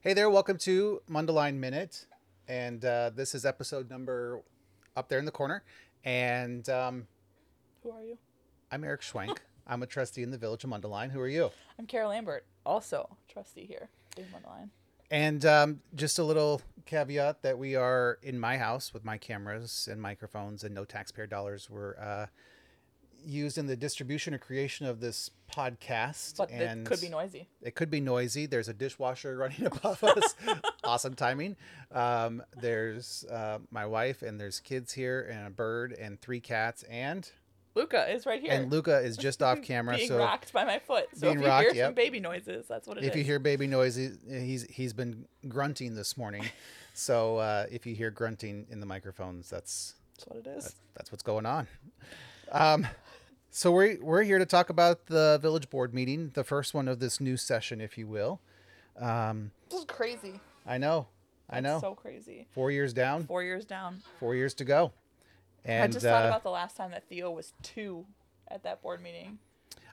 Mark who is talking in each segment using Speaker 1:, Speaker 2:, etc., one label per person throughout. Speaker 1: Hey there, welcome to Mundaline Minute. And uh, this is episode number up there in the corner. And um,
Speaker 2: Who are you?
Speaker 1: I'm Eric Schwenk. I'm a trustee in the village of Mundaline. Who are you?
Speaker 2: I'm Carol Lambert, also trustee here in Mundelein.
Speaker 1: And um, just a little caveat that we are in my house with my cameras and microphones, and no taxpayer dollars were uh, used in the distribution or creation of this podcast.
Speaker 2: But
Speaker 1: and
Speaker 2: it could be noisy.
Speaker 1: it could be noisy. There's a dishwasher running above us. awesome timing. Um, there's uh, my wife, and there's kids here, and a bird, and three cats, and
Speaker 2: Luca is right here.
Speaker 1: and Luca is just off camera.
Speaker 2: being
Speaker 1: so
Speaker 2: rocked by my foot. So
Speaker 1: Being
Speaker 2: if you
Speaker 1: rocked,
Speaker 2: hear
Speaker 1: yep.
Speaker 2: some baby noises, that's what it is.
Speaker 1: if you hear baby noises, he's he's been grunting this morning. so uh, if you hear grunting in the microphones, that's
Speaker 2: that's what it is.
Speaker 1: that's what's going on. Um, so we're we're here to talk about the village board meeting, the first one of this new session, if you will. Um,
Speaker 2: This is crazy.
Speaker 1: I know, I know.
Speaker 2: That's so crazy.
Speaker 1: Four years down.
Speaker 2: Four years down.
Speaker 1: four years to go. And
Speaker 2: I just thought
Speaker 1: uh,
Speaker 2: about the last time that Theo was two at that board meeting.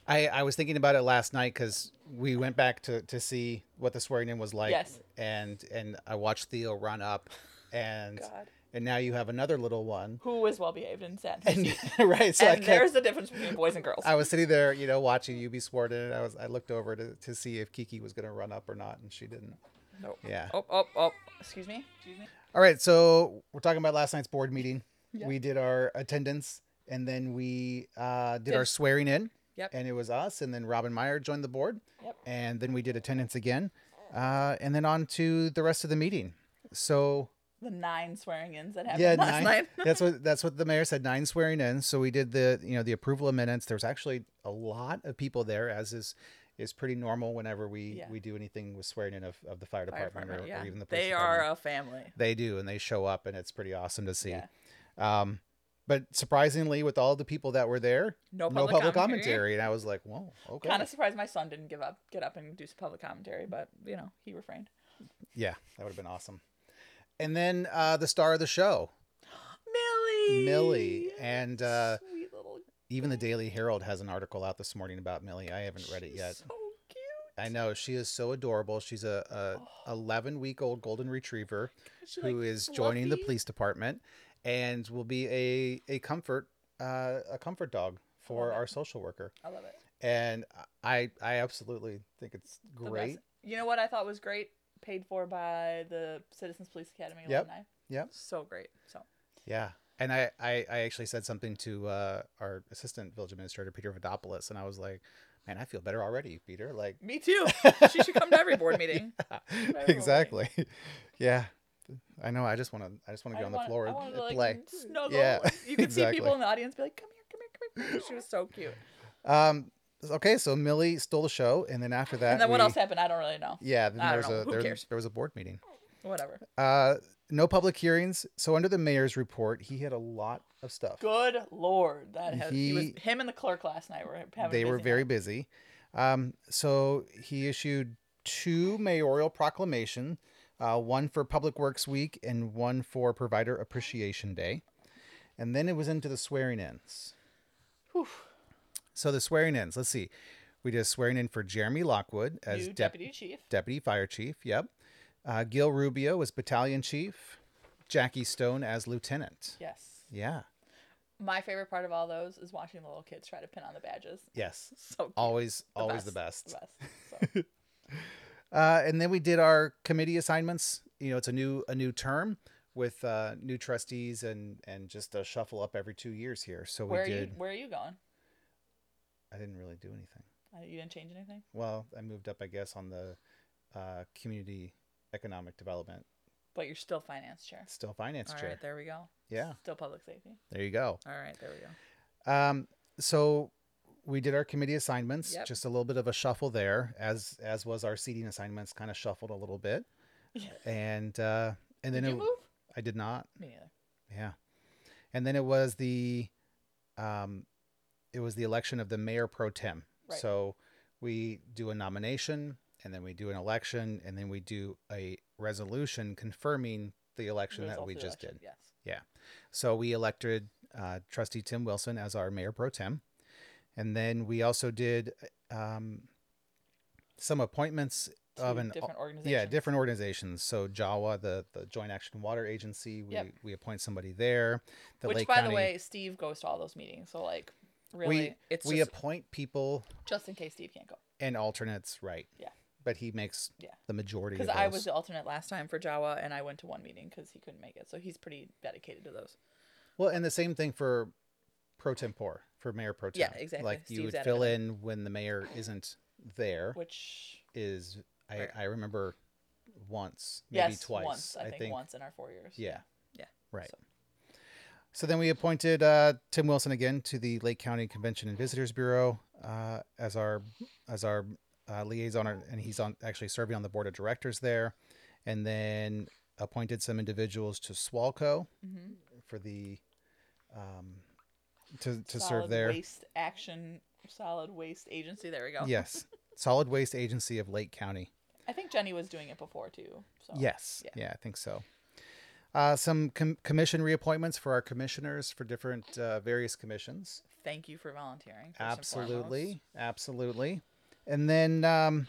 Speaker 1: I, I was thinking about it last night because we went back to, to see what the swearing in was like.
Speaker 2: Yes.
Speaker 1: And and I watched Theo run up, and
Speaker 2: God.
Speaker 1: and now you have another little one.
Speaker 2: Who was well behaved and sat. And,
Speaker 1: And right, so I
Speaker 2: and there's
Speaker 1: kept,
Speaker 2: the difference between boys and girls.
Speaker 1: I was sitting there, you know, watching you be sworn in. And I was I looked over to, to see if Kiki was going to run up or not, and she didn't.
Speaker 2: Nope.
Speaker 1: yeah.
Speaker 2: Oh, oh, oh. Excuse me. Excuse me.
Speaker 1: All right, so we're talking about last night's board meeting.
Speaker 2: Yeah.
Speaker 1: We did our attendance, and then we uh, did our
Speaker 2: Did-
Speaker 1: swearing in.
Speaker 2: Yep.
Speaker 1: And it was us, and then Robin Meyer joined the board.
Speaker 2: Yep.
Speaker 1: and then we did attendance again, uh, and then on to the rest of the meeting. So
Speaker 2: The nine swearing ins that happened
Speaker 1: yeah, nine,
Speaker 2: last night.
Speaker 1: that's what that's what the mayor said. Nine swearing in. So we did the you know the approval of minutes. There was actually a lot of people there, as is is pretty normal whenever we
Speaker 2: Yeah.
Speaker 1: we do anything with swearing in of, of the fire
Speaker 2: Fire
Speaker 1: department, or,
Speaker 2: department,
Speaker 1: or
Speaker 2: yeah.
Speaker 1: even the police
Speaker 2: They
Speaker 1: department.
Speaker 2: are a family.
Speaker 1: they do, and they show up, and it's pretty awesome to see.
Speaker 2: Yeah.
Speaker 1: Um, but surprisingly, with all the people that were there,
Speaker 2: No
Speaker 1: no
Speaker 2: public,
Speaker 1: public
Speaker 2: commentary.
Speaker 1: commentary, and I was like, "Whoa, okay."
Speaker 2: Kind of surprised my son didn't give up, get up and do some public commentary, but you know he refrained.
Speaker 1: Yeah, that would have been awesome. And then uh, the star of the show,
Speaker 2: Millie.
Speaker 1: Millie, and uh,
Speaker 2: sweet little.
Speaker 1: even the Daily Herald has an article out this morning about Millie. I haven't read it
Speaker 2: she's
Speaker 1: yet.
Speaker 2: So cute.
Speaker 1: I know she is so adorable. She's a a 11 week old golden retriever
Speaker 2: She,
Speaker 1: uh, who
Speaker 2: like,
Speaker 1: is joining the
Speaker 2: fluffy.
Speaker 1: police department and will be a a comfort uh, a comfort dog for
Speaker 2: love it.
Speaker 1: our social worker.
Speaker 2: I love it.
Speaker 1: And I I absolutely think it's
Speaker 2: The best.
Speaker 1: great.
Speaker 2: You know what I thought was great? Paid for by the Citizens Police Academy
Speaker 1: Yep.
Speaker 2: alumni.
Speaker 1: Yep.
Speaker 2: So great. So
Speaker 1: Yeah. And I, I, I actually said something to uh, our assistant village administrator, Peter Vodopoulos, and I was like, man, I feel better already, Peter. Like,
Speaker 2: me too. she should come to every board meeting. already.
Speaker 1: exactly. yeah. I know. I just want to, I just want to
Speaker 2: I
Speaker 1: get on the
Speaker 2: wanna-
Speaker 1: floor
Speaker 2: I
Speaker 1: and,
Speaker 2: wanted to,
Speaker 1: and
Speaker 2: like,
Speaker 1: play.
Speaker 2: Snuggle.
Speaker 1: Yeah,
Speaker 2: You could
Speaker 1: exactly.
Speaker 2: see people in the audience be like, "Come here, come here, come here." She was so cute. "Mm,
Speaker 1: Um, okay. So Millie stole the show. And then after that,
Speaker 2: and then what
Speaker 1: we-
Speaker 2: else happened? I don't really know.
Speaker 1: Yeah. Then
Speaker 2: I
Speaker 1: there
Speaker 2: don't
Speaker 1: was
Speaker 2: know.
Speaker 1: a,
Speaker 2: Who
Speaker 1: there,
Speaker 2: cares?
Speaker 1: there was a board meeting.
Speaker 2: Whatever.
Speaker 1: Uh, no public hearings. So under the mayor's report, he had a lot of stuff.
Speaker 2: Good lord, that has, he, was
Speaker 1: He-
Speaker 2: him and the clerk last night were having. a
Speaker 1: they were
Speaker 2: busy
Speaker 1: very
Speaker 2: night.
Speaker 1: busy. Um, so he issued two mayoral proclamation, uh, one for Public Works Week and one for Provider Appreciation Day, and then it was into the swearing-ins.
Speaker 2: Whew.
Speaker 1: So the swearing-ins. Let's see, we did a swearing-in for Jeremy Lockwood as
Speaker 2: New
Speaker 1: dep-
Speaker 2: deputy chief.
Speaker 1: deputy fire chief. Yep. Uh, Gil Rubio as battalion chief. Jackie Stone as lieutenant.
Speaker 2: Yes,
Speaker 1: Yeah.
Speaker 2: my favorite part of all those is watching the little kids try to pin on the badges.
Speaker 1: Yes.
Speaker 2: So cute.
Speaker 1: Always, always the best.
Speaker 2: The best. So,
Speaker 1: Uh, and then we did our committee assignments. You know, it's a new a new term with uh, new trustees and and just a shuffle up every two years here. So we
Speaker 2: where are you?
Speaker 1: did.
Speaker 2: Where are you going?
Speaker 1: I didn't really do anything.
Speaker 2: Uh, You didn't change anything.
Speaker 1: Well, I moved up, I guess, on the uh, community economic development,
Speaker 2: But you're still finance chair.
Speaker 1: still finance
Speaker 2: All right,
Speaker 1: chair.
Speaker 2: there we go.
Speaker 1: Yeah,
Speaker 2: Still public safety.
Speaker 1: there you go.
Speaker 2: All right, there we go.
Speaker 1: Um, so we did our committee assignments.
Speaker 2: Yep.
Speaker 1: Just a little bit of a shuffle there, as as was our seating assignments, kind of shuffled a little bit.
Speaker 2: Yeah.
Speaker 1: And uh, and then
Speaker 2: Did
Speaker 1: it-
Speaker 2: you move?
Speaker 1: I did not.
Speaker 2: Me neither.
Speaker 1: Yeah. And then it was the um it was the election of the mayor pro tem.
Speaker 2: Right.
Speaker 1: So we do a nomination and then we do an election and then we do a resolution confirming the election that
Speaker 2: Results
Speaker 1: we
Speaker 2: of the
Speaker 1: just
Speaker 2: election,
Speaker 1: did.
Speaker 2: Yes.
Speaker 1: So we elected uh, trustee Tim Wilson as our mayor pro tem. And then we also did um, some appointments of an
Speaker 2: different organizations.
Speaker 1: yeah different organizations. So JAWA, the the Joint Action Water Agency, we
Speaker 2: Yep.
Speaker 1: we appoint somebody there. The
Speaker 2: Which,
Speaker 1: Lake
Speaker 2: by
Speaker 1: County-
Speaker 2: the way, Steve goes to all those meetings. So like, really, it's
Speaker 1: we
Speaker 2: just,
Speaker 1: appoint people
Speaker 2: just in case Steve can't go.
Speaker 1: and alternates, right?
Speaker 2: Yeah.
Speaker 1: But he makes
Speaker 2: Yeah.
Speaker 1: the majority. of
Speaker 2: Because I was
Speaker 1: those.
Speaker 2: the alternate last time for Jawa, and I went to one meeting because he couldn't make it. So he's pretty dedicated to those.
Speaker 1: Well, and the same thing for pro tempore for mayor pro
Speaker 2: Yeah,
Speaker 1: temp.
Speaker 2: exactly.
Speaker 1: Like you
Speaker 2: Steve's
Speaker 1: would
Speaker 2: added
Speaker 1: fill
Speaker 2: that.
Speaker 1: in when the mayor isn't there.
Speaker 2: Which
Speaker 1: Is I
Speaker 2: Right.
Speaker 1: I remember once maybe
Speaker 2: yes,
Speaker 1: twice.
Speaker 2: once I, think, once in our four years.
Speaker 1: Yeah.
Speaker 2: Yeah.
Speaker 1: Right.
Speaker 2: So-
Speaker 1: So then we appointed uh, Tim Wilson again to the Lake County Convention and Visitors Bureau uh, as our as our uh, liaison, and he's on actually serving on the board of directors there, and then appointed some individuals to SWALCO
Speaker 2: Mhm.
Speaker 1: for the um, to to serve
Speaker 2: Solid
Speaker 1: there.
Speaker 2: Waste action, solid waste agency. There we go.
Speaker 1: Yes, Solid Waste Agency of Lake County.
Speaker 2: I think Jenny was doing it before too. So
Speaker 1: Yes.
Speaker 2: Oh, yeah.
Speaker 1: Yeah. I think so. Uh, some com- commission reappointments for our commissioners for different uh, various commissions.
Speaker 2: Thank you for volunteering. first and foremost.
Speaker 1: Absolutely. Absolutely. And then, um,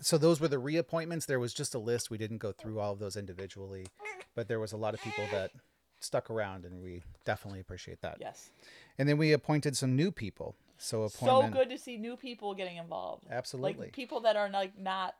Speaker 1: so those were the reappointments. There was just a list. We didn't go through all of those individually, but there was a lot of people that stuck around, and we definitely appreciate that.
Speaker 2: Yes.
Speaker 1: And then we appointed some new people. So
Speaker 2: So
Speaker 1: appointment.
Speaker 2: good to see new people getting involved.
Speaker 1: Absolutely.
Speaker 2: Like people that are like not.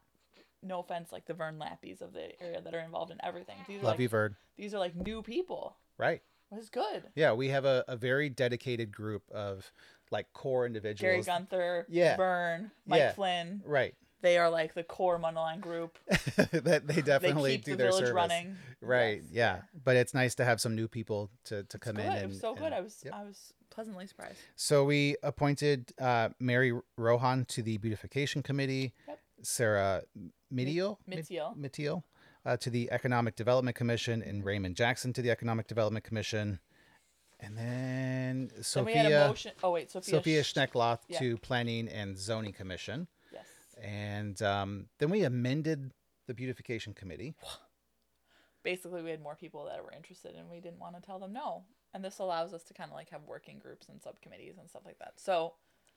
Speaker 2: No offense, like the Vern Lappies of the area that are involved in everything. These are
Speaker 1: Love
Speaker 2: like,
Speaker 1: you, Verd.
Speaker 2: These are like new people.
Speaker 1: Right.
Speaker 2: It was good.
Speaker 1: Yeah, we have a, a very dedicated group of like core individuals.
Speaker 2: Jerry Gunther,
Speaker 1: Yeah.
Speaker 2: Vern, Mike
Speaker 1: Yeah.
Speaker 2: Flynn.
Speaker 1: Right.
Speaker 2: They are like the core Mundaline group.
Speaker 1: that they definitely
Speaker 2: they keep
Speaker 1: do
Speaker 2: the
Speaker 1: their
Speaker 2: village
Speaker 1: service.
Speaker 2: running.
Speaker 1: Right.
Speaker 2: Yes.
Speaker 1: Yeah. But it's nice to have some new people to, to come
Speaker 2: Good.
Speaker 1: in.
Speaker 2: it
Speaker 1: And,
Speaker 2: was so good.
Speaker 1: and-
Speaker 2: I was
Speaker 1: Yep.
Speaker 2: I was pleasantly surprised.
Speaker 1: So we appointed uh, Mary Rohan to the beautification committee,
Speaker 2: Yep.
Speaker 1: Sarah Midio, Mid-
Speaker 2: Mitziel.
Speaker 1: Mittiel, uh, to the economic development commission, and Raymond Jackson to the economic development commission. And then
Speaker 2: Then we had a
Speaker 1: Sophia
Speaker 2: motion. Oh wait, Sophia.
Speaker 1: Sophia
Speaker 2: Sch-
Speaker 1: Schneckloth
Speaker 2: yeah.
Speaker 1: to planning and zoning commission.
Speaker 2: Yes.
Speaker 1: And um, then we amended the beautification committee.
Speaker 2: Basically, we had more people that were interested, and we didn't want to tell them no. And this allows us to kind of like have working groups and subcommittees and stuff like that. So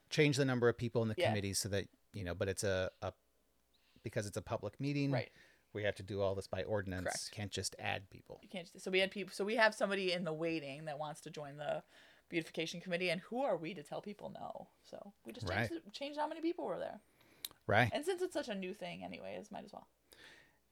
Speaker 1: Change the number of people in the
Speaker 2: Yeah.
Speaker 1: committee so that you know, but it's a, a because it's a public meeting.
Speaker 2: right,
Speaker 1: We have to do all this by ordinance.
Speaker 2: Correct.
Speaker 1: Can't just add people.
Speaker 2: you can't. Just, so we had people. So we have somebody in the waiting that wants to join the beautification committee, and who are we to tell people no? So we just changed, it- changed how many people were there.
Speaker 1: Right.
Speaker 2: And since it's such a new thing, anyways, might as well.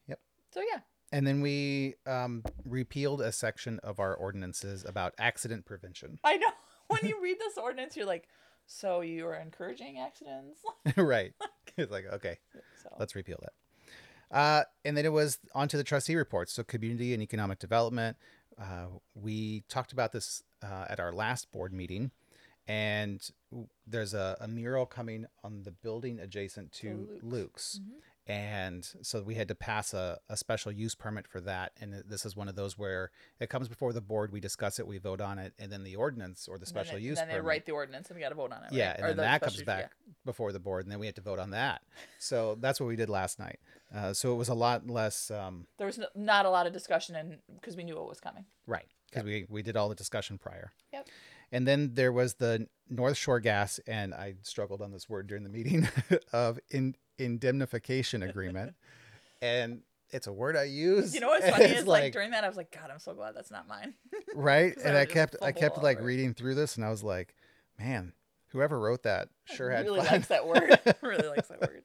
Speaker 1: Yep.
Speaker 2: So yeah,
Speaker 1: And then we um, repealed a section of our ordinances about accident prevention.
Speaker 2: I know. When you read this ordinance, you're like, so you are encouraging accidents.
Speaker 1: right. It's like, okay,
Speaker 2: so
Speaker 1: let's repeal that. Uh, and then it was onto the trustee reports. So, community and economic development. Uh, we talked about this uh, at our last board meeting, and w- there's a, a mural coming on the building adjacent to
Speaker 2: Luke's. Mm-hmm.
Speaker 1: Luke's. And so we had to pass a, a special use permit for that. And it- this is one of those where it comes before the board, we discuss it, we vote on it, and then the ordinance or the
Speaker 2: And then
Speaker 1: special
Speaker 2: they-
Speaker 1: use
Speaker 2: Then
Speaker 1: permit.
Speaker 2: they write the ordinance, and we got to vote on it.
Speaker 1: Yeah,
Speaker 2: right?
Speaker 1: and
Speaker 2: Or
Speaker 1: then
Speaker 2: the
Speaker 1: that comes
Speaker 2: special- yeah.
Speaker 1: back before the board, and then we had to vote on that. So that's what we did last night. Uh, so it was a lot less, um,
Speaker 2: There was no, not a lot of discussion, and because we knew what was coming.
Speaker 1: right? Because we we did all the discussion prior.
Speaker 2: Yep.
Speaker 1: And then there was the North Shore Gas, and I struggled on this word during the meeting of in, indemnification agreement, and it's a word I use.
Speaker 2: You know what's
Speaker 1: and
Speaker 2: funny
Speaker 1: it's
Speaker 2: is like, during that, I was like, God, I'm so glad that's not mine.
Speaker 1: right,
Speaker 2: 'cause I
Speaker 1: and
Speaker 2: would
Speaker 1: I
Speaker 2: just
Speaker 1: kept I
Speaker 2: fumble
Speaker 1: kept like
Speaker 2: over it.
Speaker 1: reading through this, and I was like, man, whoever wrote that sure had
Speaker 2: really
Speaker 1: fun.
Speaker 2: likes that word. really likes that word.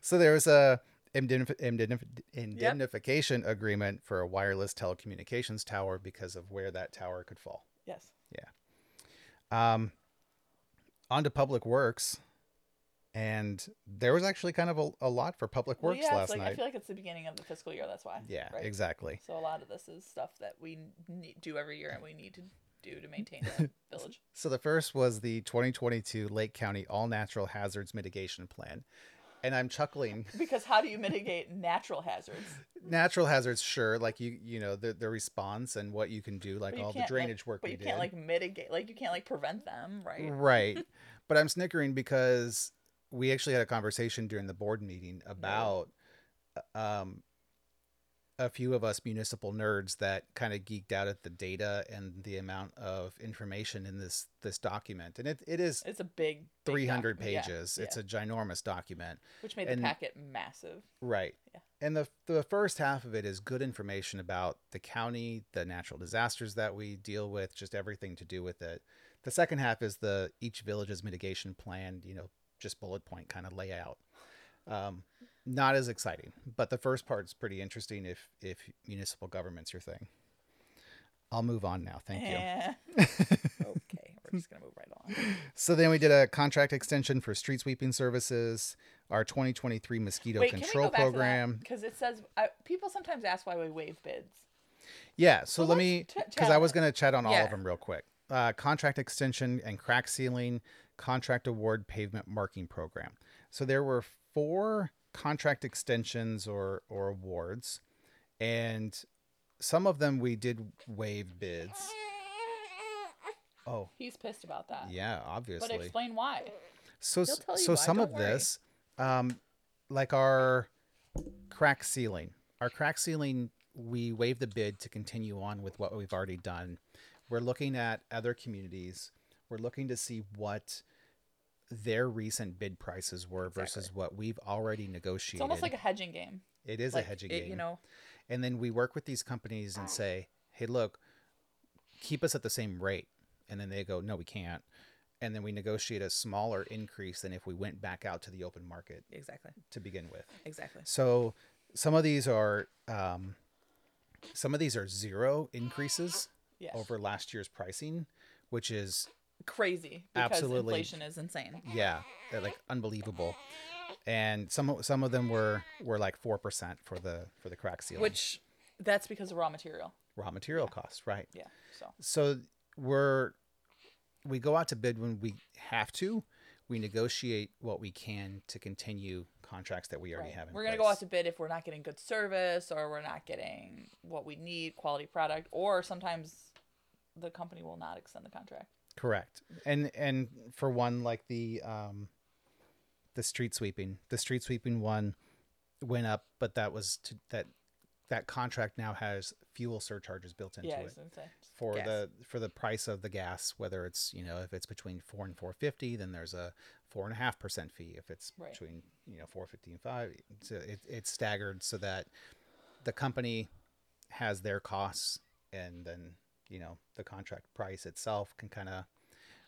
Speaker 1: so there was a indemnif- indemnif- indemnification agreement for a wireless telecommunications tower because of where that tower could fall.
Speaker 2: Yes.
Speaker 1: Um, on to public works, and there was actually kind of a, a lot for public
Speaker 2: Well,
Speaker 1: works
Speaker 2: yeah, it's
Speaker 1: last
Speaker 2: like- I
Speaker 1: night.
Speaker 2: feel like it's the beginning of the fiscal year. That's why.
Speaker 1: yeah,
Speaker 2: Right?
Speaker 1: exactly.
Speaker 2: So a lot of this is stuff that we need, do every year, and we need to do to maintain the village.
Speaker 1: So the first was the 2022 Lake County All Natural Hazards Mitigation Plan, and I'm chuckling
Speaker 2: Because how do you mitigate natural hazards?
Speaker 1: natural hazards sure like you you know the, the response and what you can do like
Speaker 2: But you
Speaker 1: all the
Speaker 2: can't, like-
Speaker 1: drainage work
Speaker 2: But
Speaker 1: we
Speaker 2: you
Speaker 1: did Mm.
Speaker 2: can't like mitigate, like you can't like prevent them, right?
Speaker 1: right but i'm snickering because we actually had a conversation during the board meeting about um uh, a few of us municipal nerds that kind of geeked out at the data and the amount of information in this this document. And it, it is
Speaker 2: It's a big, big
Speaker 1: 300
Speaker 2: document. Yeah,
Speaker 1: pages. It's
Speaker 2: yeah.
Speaker 1: a ginormous document.
Speaker 2: which made
Speaker 1: and-
Speaker 2: the packet massive.
Speaker 1: Right.
Speaker 2: Yeah.
Speaker 1: And the the first half of it is good information about the county, the natural disasters that we deal with, just everything to do with it. The second half is the each village's mitigation plan, you know, just bullet point kind of layout. Um, not as exciting, but the first part's pretty interesting if if municipal government's your thing. I'll move on now. Thank you.
Speaker 2: Eh. okay, we're just gonna move right along.
Speaker 1: So then we did a contract extension for street sweeping services, our 2023 mosquito
Speaker 2: Wait, can we
Speaker 1: control
Speaker 2: go back
Speaker 1: program.
Speaker 2: Because it says I, people sometimes ask why we waive bids.
Speaker 1: Yeah, so
Speaker 2: Well,
Speaker 1: let
Speaker 2: let's
Speaker 1: me
Speaker 2: ch- chat
Speaker 1: because I
Speaker 2: on
Speaker 1: was
Speaker 2: it.
Speaker 1: going to chat on all
Speaker 2: Yeah.
Speaker 1: of them real quick. Uh, contract extension and crack sealing, contract award pavement marking program. So there were four contract extensions or or awards, and some of them we did waive bids. Oh
Speaker 2: He's pissed about that.
Speaker 1: yeah,
Speaker 2: But
Speaker 1: obviously.
Speaker 2: explain why.
Speaker 1: So
Speaker 2: He'll tell you
Speaker 1: so
Speaker 2: why,
Speaker 1: some
Speaker 2: don't
Speaker 1: of
Speaker 2: worry.
Speaker 1: this, um, like our crack ceiling, our crack ceiling, we waived the bid to continue on with what we've already done. We're looking at other communities. We're looking to see what their recent bid prices were versus what we've already negotiated.
Speaker 2: It's almost like a hedging game.
Speaker 1: it is
Speaker 2: like,
Speaker 1: a hedging
Speaker 2: it-
Speaker 1: game
Speaker 2: You know,
Speaker 1: and then we work with these companies and say, "Hey, look, keep us at the same rate." And then they go, "No, we can't." And then we negotiate a smaller increase than if we went back out to the open market
Speaker 2: exactly,
Speaker 1: to begin with.
Speaker 2: exactly.
Speaker 1: So some of these are um, some of these are zero increases
Speaker 2: Yeah,
Speaker 1: over last year's pricing, which is
Speaker 2: crazy because
Speaker 1: Absolutely.
Speaker 2: inflation is insane.
Speaker 1: yeah, they're, like unbelievable. And some o- some of them were were like four percent for the for the crack ceiling,
Speaker 2: Which that's because of raw material.
Speaker 1: raw material costs, right?
Speaker 2: Yeah. So
Speaker 1: so we're we go out to bid when we have to we negotiate what we can to continue contracts that we already
Speaker 2: right.
Speaker 1: have in
Speaker 2: we're gonna go out to bid if we're not getting good service or we're not getting what we need, quality product, or sometimes the company will not extend the contract.
Speaker 1: correct and and for one like the um the street sweeping the street sweeping one went up but that was to that that contract now has fuel surcharges built into
Speaker 2: yeah, I
Speaker 1: it
Speaker 2: was gonna say, just
Speaker 1: for
Speaker 2: gas.
Speaker 1: the for the price of the gas, whether it's you know if it's between four and four fifty, then there's a four and a half percent fee. If it's
Speaker 2: Right.
Speaker 1: between you know four fifty and five, so it, it's staggered so that the company has their costs, and then you know the contract price itself can kind of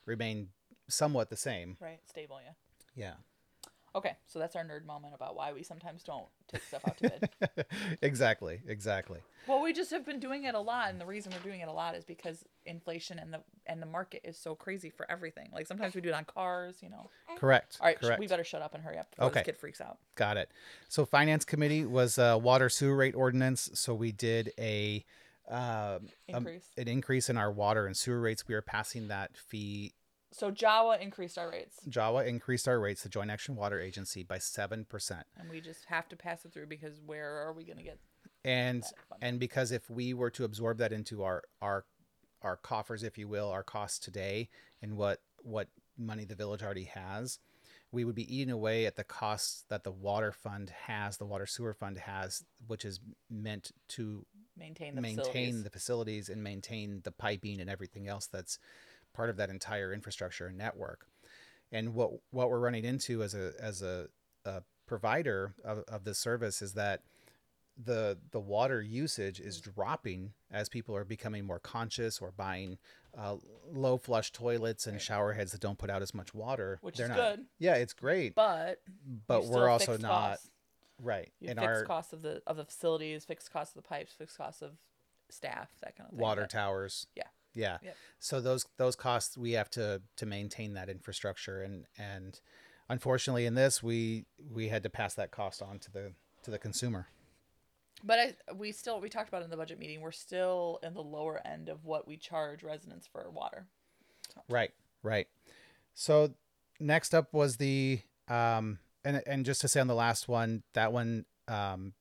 Speaker 1: remain somewhat the same.
Speaker 2: right stable, yeah.
Speaker 1: Yeah,
Speaker 2: Okay, so that's our nerd moment about why we sometimes don't take stuff out to bid.
Speaker 1: exactly, exactly.
Speaker 2: well, we just have been doing it a lot, and the reason we're doing it a lot is because inflation and the and the market is so crazy for everything. Like sometimes we do it on cars, you know.
Speaker 1: Correct.
Speaker 2: Eh. All right, sh-
Speaker 1: correct.
Speaker 2: we better shut up and hurry up before
Speaker 1: Okay.
Speaker 2: this kid freaks out.
Speaker 1: Got it. So finance committee was uh, water sewer rate ordinance. So we did a um, um,
Speaker 2: Increase.
Speaker 1: an increase in our water and sewer rates. We are passing that fee.
Speaker 2: So Jawa increased our rates,
Speaker 1: Jawa increased our rates, the Joint Action Water Agency, by seven percent.
Speaker 2: and we just have to pass it through because where are we going to get?
Speaker 1: And
Speaker 2: fun.
Speaker 1: and because if we were to absorb that into our our our coffers, if you will, our costs today, and what what money the village already has, we would be eating away at the costs that the water fund has, the water sewer fund has, which is meant to
Speaker 2: Maintain the
Speaker 1: maintain
Speaker 2: facilities.
Speaker 1: the facilities and maintain the piping and everything else that's part of that entire infrastructure and network. And what what we're running into as a as a, a provider of, of this service is that the the water usage is
Speaker 2: Mm.
Speaker 1: dropping as people are becoming more conscious or buying uh, low flush toilets and shower heads that don't put out as much water.
Speaker 2: Which
Speaker 1: They're
Speaker 2: is
Speaker 1: not-
Speaker 2: good.
Speaker 1: Yeah, it's great, but,
Speaker 2: but you still
Speaker 1: we're
Speaker 2: have
Speaker 1: also
Speaker 2: fixed
Speaker 1: not
Speaker 2: costs.
Speaker 1: right.
Speaker 2: You
Speaker 1: And
Speaker 2: fixed
Speaker 1: our
Speaker 2: costs of the of the facilities, fixed costs of the pipes, fixed costs of staff, that kind of thing.
Speaker 1: water
Speaker 2: But-
Speaker 1: towers.
Speaker 2: Yeah.
Speaker 1: Yeah.
Speaker 2: Yep.
Speaker 1: So those those costs we have to to maintain that infrastructure and and unfortunately in this we we had to pass that cost on to the to the consumer.
Speaker 2: But I, we still we talked about it in the budget meeting. We're still in the lower end of what we charge residents for water.
Speaker 1: Right. Right. So next up was the um and and just to say on the last one that one um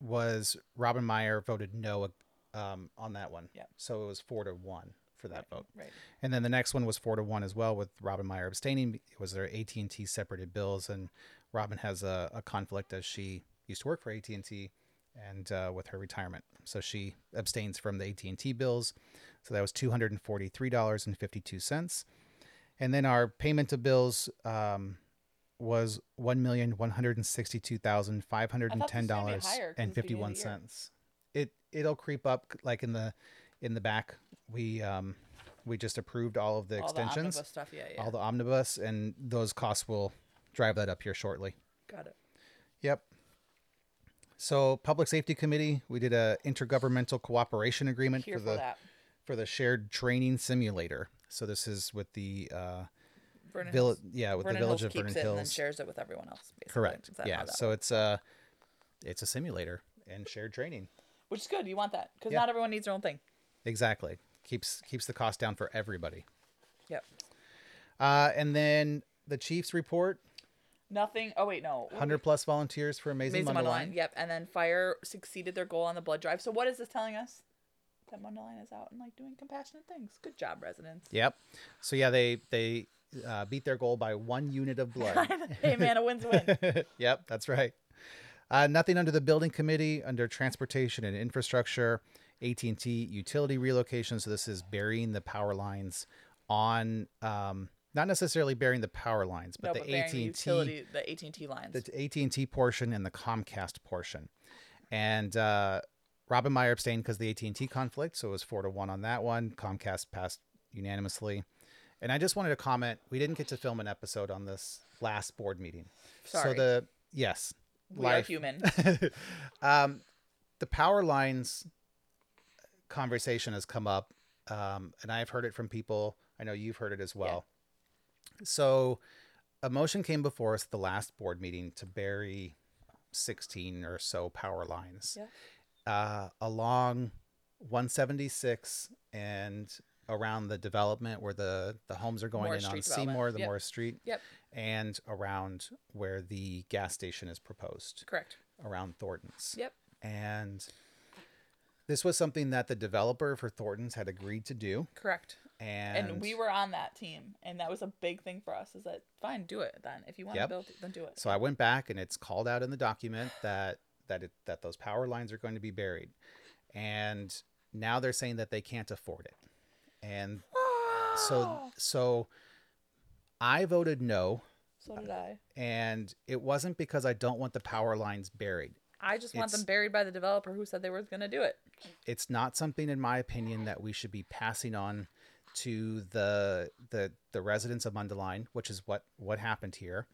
Speaker 1: was Robin Meyer voted no um on that one.
Speaker 2: Yep.
Speaker 1: So it was 4 to 1 for that vote.
Speaker 2: Right.
Speaker 1: And then the next one was four to one as well, with Robin Meyer abstaining. It was their AT and T separated bills, and Robin has a, a conflict as she used to work for AT and T, and uh, with her retirement. So she abstains from the AT&T bills. So that was $243.52. And then our payment of bills um, was $1,162,510.51. It it'll creep up like in the in the back. We um, we just approved all of the
Speaker 2: All the
Speaker 1: extensions,
Speaker 2: omnibus stuff. Yeah, yeah.
Speaker 1: all the omnibus, and those costs will drive that up here shortly.
Speaker 2: Got it.
Speaker 1: Yep. So public safety committee, we did a intergovernmental cooperation agreement
Speaker 2: Here
Speaker 1: for
Speaker 2: for,
Speaker 1: the
Speaker 2: that.
Speaker 1: for the shared training simulator. So this is with the uh,
Speaker 2: Vernon
Speaker 1: village,
Speaker 2: Hills-
Speaker 1: yeah, with
Speaker 2: Vernon
Speaker 1: the village
Speaker 2: Hills
Speaker 1: of
Speaker 2: keeps
Speaker 1: Vernon
Speaker 2: it and then
Speaker 1: Hills.
Speaker 2: shares it with everyone else. Basically.
Speaker 1: Correct.
Speaker 2: Is that how
Speaker 1: Yeah.
Speaker 2: that
Speaker 1: So it's a it's a simulator and shared training.
Speaker 2: Which is good. You want that because
Speaker 1: Yeah.
Speaker 2: not everyone needs their own thing.
Speaker 1: Exactly. Keeps keeps the cost down for everybody.
Speaker 2: Yep.
Speaker 1: Uh, and then the chief's report:
Speaker 2: Nothing. Oh wait, no. What do we-
Speaker 1: 100 plus volunteers for amazing,
Speaker 2: Amazing
Speaker 1: amazing
Speaker 2: Mundaline. Yep. And then fire succeeded their goal on the blood drive. So what is this telling us? That Mundaline is out and like doing compassionate things. Good job, residents.
Speaker 1: Yep. So yeah, they they uh, beat their goal by one unit of blood.
Speaker 2: hey man, a win's a win.
Speaker 1: yep, that's right. Uh, nothing under the building committee, under transportation and infrastructure, AT&T utility relocation. So this is burying the power lines on, um, not necessarily burying the power lines,
Speaker 2: No,
Speaker 1: but
Speaker 2: but
Speaker 1: the
Speaker 2: bearing the
Speaker 1: AT&T,
Speaker 2: utility, the AT and T lines.
Speaker 1: the AT&T portion and the Comcast portion. And uh, Robin Meyer abstained because the AT&T conflict, so it was four to one on that one. Comcast passed unanimously. And I just wanted to comment: we didn't get to film an episode on this last board meeting. So
Speaker 2: Sorry.
Speaker 1: the yes,
Speaker 2: we are human.
Speaker 1: um, the power lines conversation has come up, um, and I've heard it from people. I know you've heard it as well. So, a motion came before us at the last board meeting to bury 16 or so power lines
Speaker 2: Yeah.
Speaker 1: uh, along 176 and around the development where the, the homes are going
Speaker 2: Moore
Speaker 1: in on
Speaker 2: Street development.
Speaker 1: Seymour, the
Speaker 2: Yep.
Speaker 1: Morris Street,
Speaker 2: Yep.
Speaker 1: and around where the gas station is proposed
Speaker 2: Correct.
Speaker 1: around Thornton's.
Speaker 2: Yep.
Speaker 1: And this was something that the developer for Thornton's had agreed to do.
Speaker 2: Correct.
Speaker 1: And,
Speaker 2: And, we were on that team, and that was a big thing for us. Is that fine? Do it then. If you want
Speaker 1: Yep.
Speaker 2: to build, it, then do it.
Speaker 1: so I went back and it's called out in the document that that it, that those power lines are going to be buried. And now they're saying that they can't afford it. And so
Speaker 2: Ah!
Speaker 1: so I voted no
Speaker 2: so did I.
Speaker 1: and it wasn't because I don't want the power lines buried.
Speaker 2: I just want
Speaker 1: It's-
Speaker 2: them buried by the developer who said they were going to do it.
Speaker 1: It's not something in my opinion that we should be passing on to the the the residents of Mundelein, which is what what happened here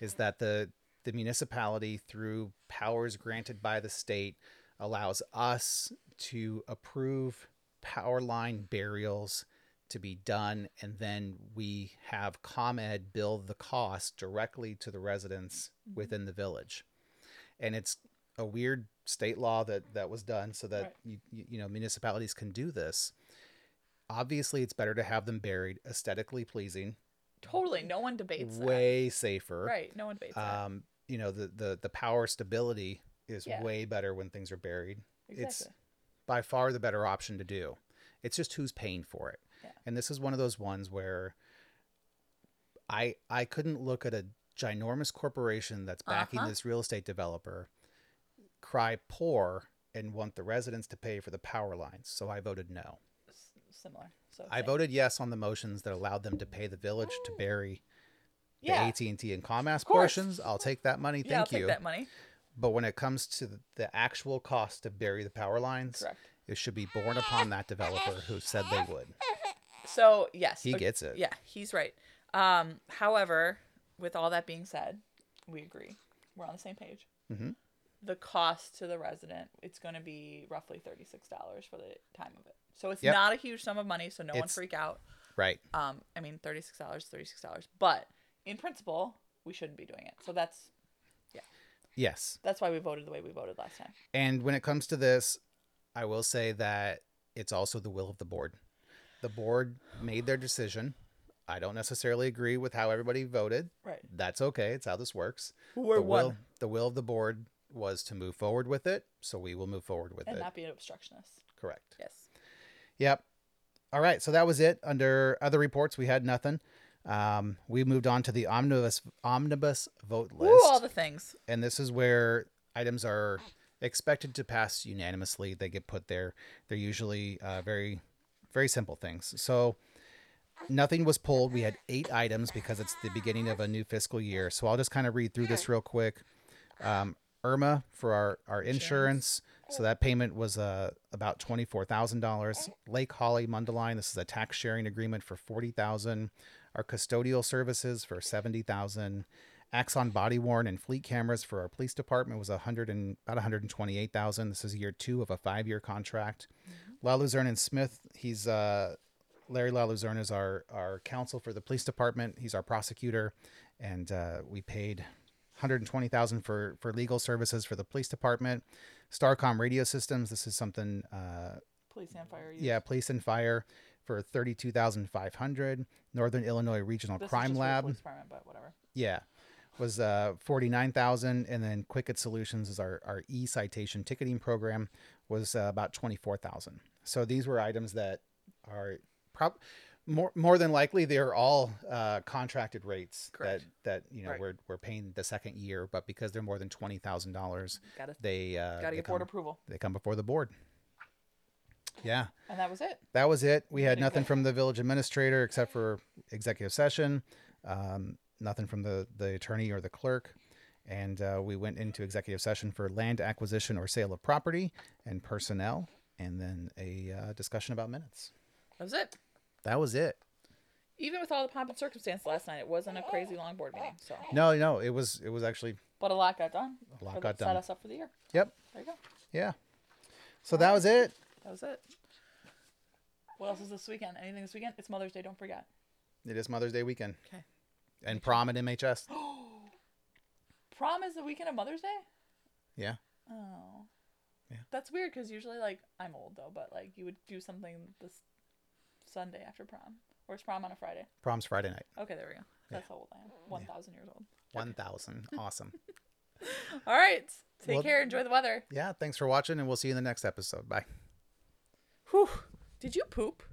Speaker 1: is that the the municipality through powers granted by the state allows us to approve power line burials to be done and then we have ComEd bill the cost directly to the residents
Speaker 2: Mm-hmm.
Speaker 1: within the village and it's a weird state law that that was done so that
Speaker 2: Right.
Speaker 1: you, you you know municipalities can do this obviously it's better to have them buried aesthetically pleasing
Speaker 2: Totally. uh, No one debates that.
Speaker 1: way safer
Speaker 2: Right. No one debates that.
Speaker 1: um you know the the the power stability is
Speaker 2: Yeah.
Speaker 1: way better when things are buried
Speaker 2: Exactly.
Speaker 1: it's by far the better option to do it's just who's paying for it
Speaker 2: Yeah.
Speaker 1: and this is one of those ones where i i couldn't look at a ginormous corporation that's backing
Speaker 2: Uh-huh.
Speaker 1: this real estate developer cry poor and want the residents to pay for the power lines so i voted no
Speaker 2: S- similar. So
Speaker 1: i
Speaker 2: same.
Speaker 1: voted yes on the motions that allowed them to pay the village to bury the
Speaker 2: Yeah.
Speaker 1: AT&T and Comcast
Speaker 2: course.
Speaker 1: portions. I'll take that money.
Speaker 2: yeah, I'll
Speaker 1: Thank
Speaker 2: take
Speaker 1: you.
Speaker 2: that money.
Speaker 1: But when it comes to the- the actual cost to bury the power lines,
Speaker 2: Correct.
Speaker 1: it should be borne upon that developer who said they would.
Speaker 2: So yes,
Speaker 1: He
Speaker 2: ag-
Speaker 1: gets it.
Speaker 2: Yeah, he's right. Um, however, with all that being said, we agree. We're on the same page.
Speaker 1: Mhm.
Speaker 2: The cost to the resident, it's going to be roughly thirty-six dollars for the time of it. So it's
Speaker 1: Yep.
Speaker 2: not a huge sum of money, so no one
Speaker 1: It's-
Speaker 2: freak out.
Speaker 1: Right.
Speaker 2: Um, I mean, thirty-six dollars, thirty-six dollars, but in principle, we shouldn't be doing it. So that's
Speaker 1: Yes.
Speaker 2: that's why we voted the way we voted last time.
Speaker 1: And when it comes to this, I will say that it's also the will of the board. The board made their decision. I don't necessarily agree with how everybody voted.
Speaker 2: Right.
Speaker 1: That's okay. It's how this works.
Speaker 2: We're
Speaker 1: the
Speaker 2: one
Speaker 1: will the will of the board was to move forward with it, so we will move forward with
Speaker 2: and
Speaker 1: it.
Speaker 2: not be an obstructionist.
Speaker 1: Correct.
Speaker 2: Yes.
Speaker 1: Yep. All right. So that was it. Under other reports, we had nothing. Um, we moved on to the omnibus omnibus vote list,
Speaker 2: Ooh, all the things.
Speaker 1: and this is where items are expected to pass unanimously. They get put there. They're usually uh, very, very simple things. So nothing was pulled. We had eight items because it's the beginning of a new fiscal year. So I'll just kind of read through this real quick. Um, Irma for our, our insurance. So that payment was uh, about $24,000. Lake Holly Mundaline, this is a tax sharing agreement for 40000 Our custodial services for 70000 Axon body worn and fleet cameras for our police department was 100 and about 128,000. This is year 2 of a 5-year contract. La Luzerne and Smith, he's uh Larry La Luzerne is our our counsel for the police department. He's our prosecutor and uh, we paid 120,000 for for legal services for the police department. Starcom radio systems, this is something uh
Speaker 2: Police and fire. use.
Speaker 1: yeah, police and fire for 32,500. Northern Illinois Regional
Speaker 2: This is just
Speaker 1: Crime
Speaker 2: for the
Speaker 1: Lab.
Speaker 2: police department, but whatever.
Speaker 1: Yeah, was uh forty nine thousand, and then Quicket Solutions is our our e citation ticketing program was uh, about twenty four thousand. So these were items that are prob more more than likely they're all uh, contracted rates
Speaker 2: Correct.
Speaker 1: that that you know
Speaker 2: Right.
Speaker 1: we're we're paying the second year, but because they're more than twenty thousand dollars,
Speaker 2: Got to
Speaker 1: they uh,
Speaker 2: got to
Speaker 1: they,
Speaker 2: get board
Speaker 1: come,
Speaker 2: approval,
Speaker 1: they come before the board. Yeah.
Speaker 2: and that was it.
Speaker 1: That was it. We had
Speaker 2: Pretty
Speaker 1: nothing
Speaker 2: good.
Speaker 1: from the village administrator except for executive session. Um, nothing from the, the attorney or the clerk. And uh, we went into executive session for land acquisition or sale of property and personnel, and then a uh, discussion about minutes.
Speaker 2: That was it.
Speaker 1: That was it.
Speaker 2: Even with all the pomp and circumstance last night, it wasn't a crazy long board meeting. So,
Speaker 1: No, no, it was it was actually
Speaker 2: but a lot got done.
Speaker 1: A lot
Speaker 2: for-
Speaker 1: got
Speaker 2: set
Speaker 1: done.
Speaker 2: us up for the year.
Speaker 1: yep,
Speaker 2: There you go.
Speaker 1: yeah. So that was it.
Speaker 2: That was it. What else is this weekend? Anything this weekend? It's Mother's Day. Don't forget.
Speaker 1: It is Mother's Day weekend
Speaker 2: Okay.
Speaker 1: and prom at MHS.
Speaker 2: Prom is the weekend of Mother's Day.
Speaker 1: Yeah,
Speaker 2: Oh.
Speaker 1: Yeah.
Speaker 2: That's weird because usually, like, I'm old though, but like, you would do something this Sunday after prom, or is prom on a Friday?
Speaker 1: prom's Friday night.
Speaker 2: Okay, there we go. That's how old I am. One thousand years old.
Speaker 1: One thousand, awesome.
Speaker 2: All right. Take
Speaker 1: Well-
Speaker 2: care. Enjoy the weather.
Speaker 1: Yeah, thanks for watching, and we'll see you in the next episode. Bye.
Speaker 2: Whew. Did you poop?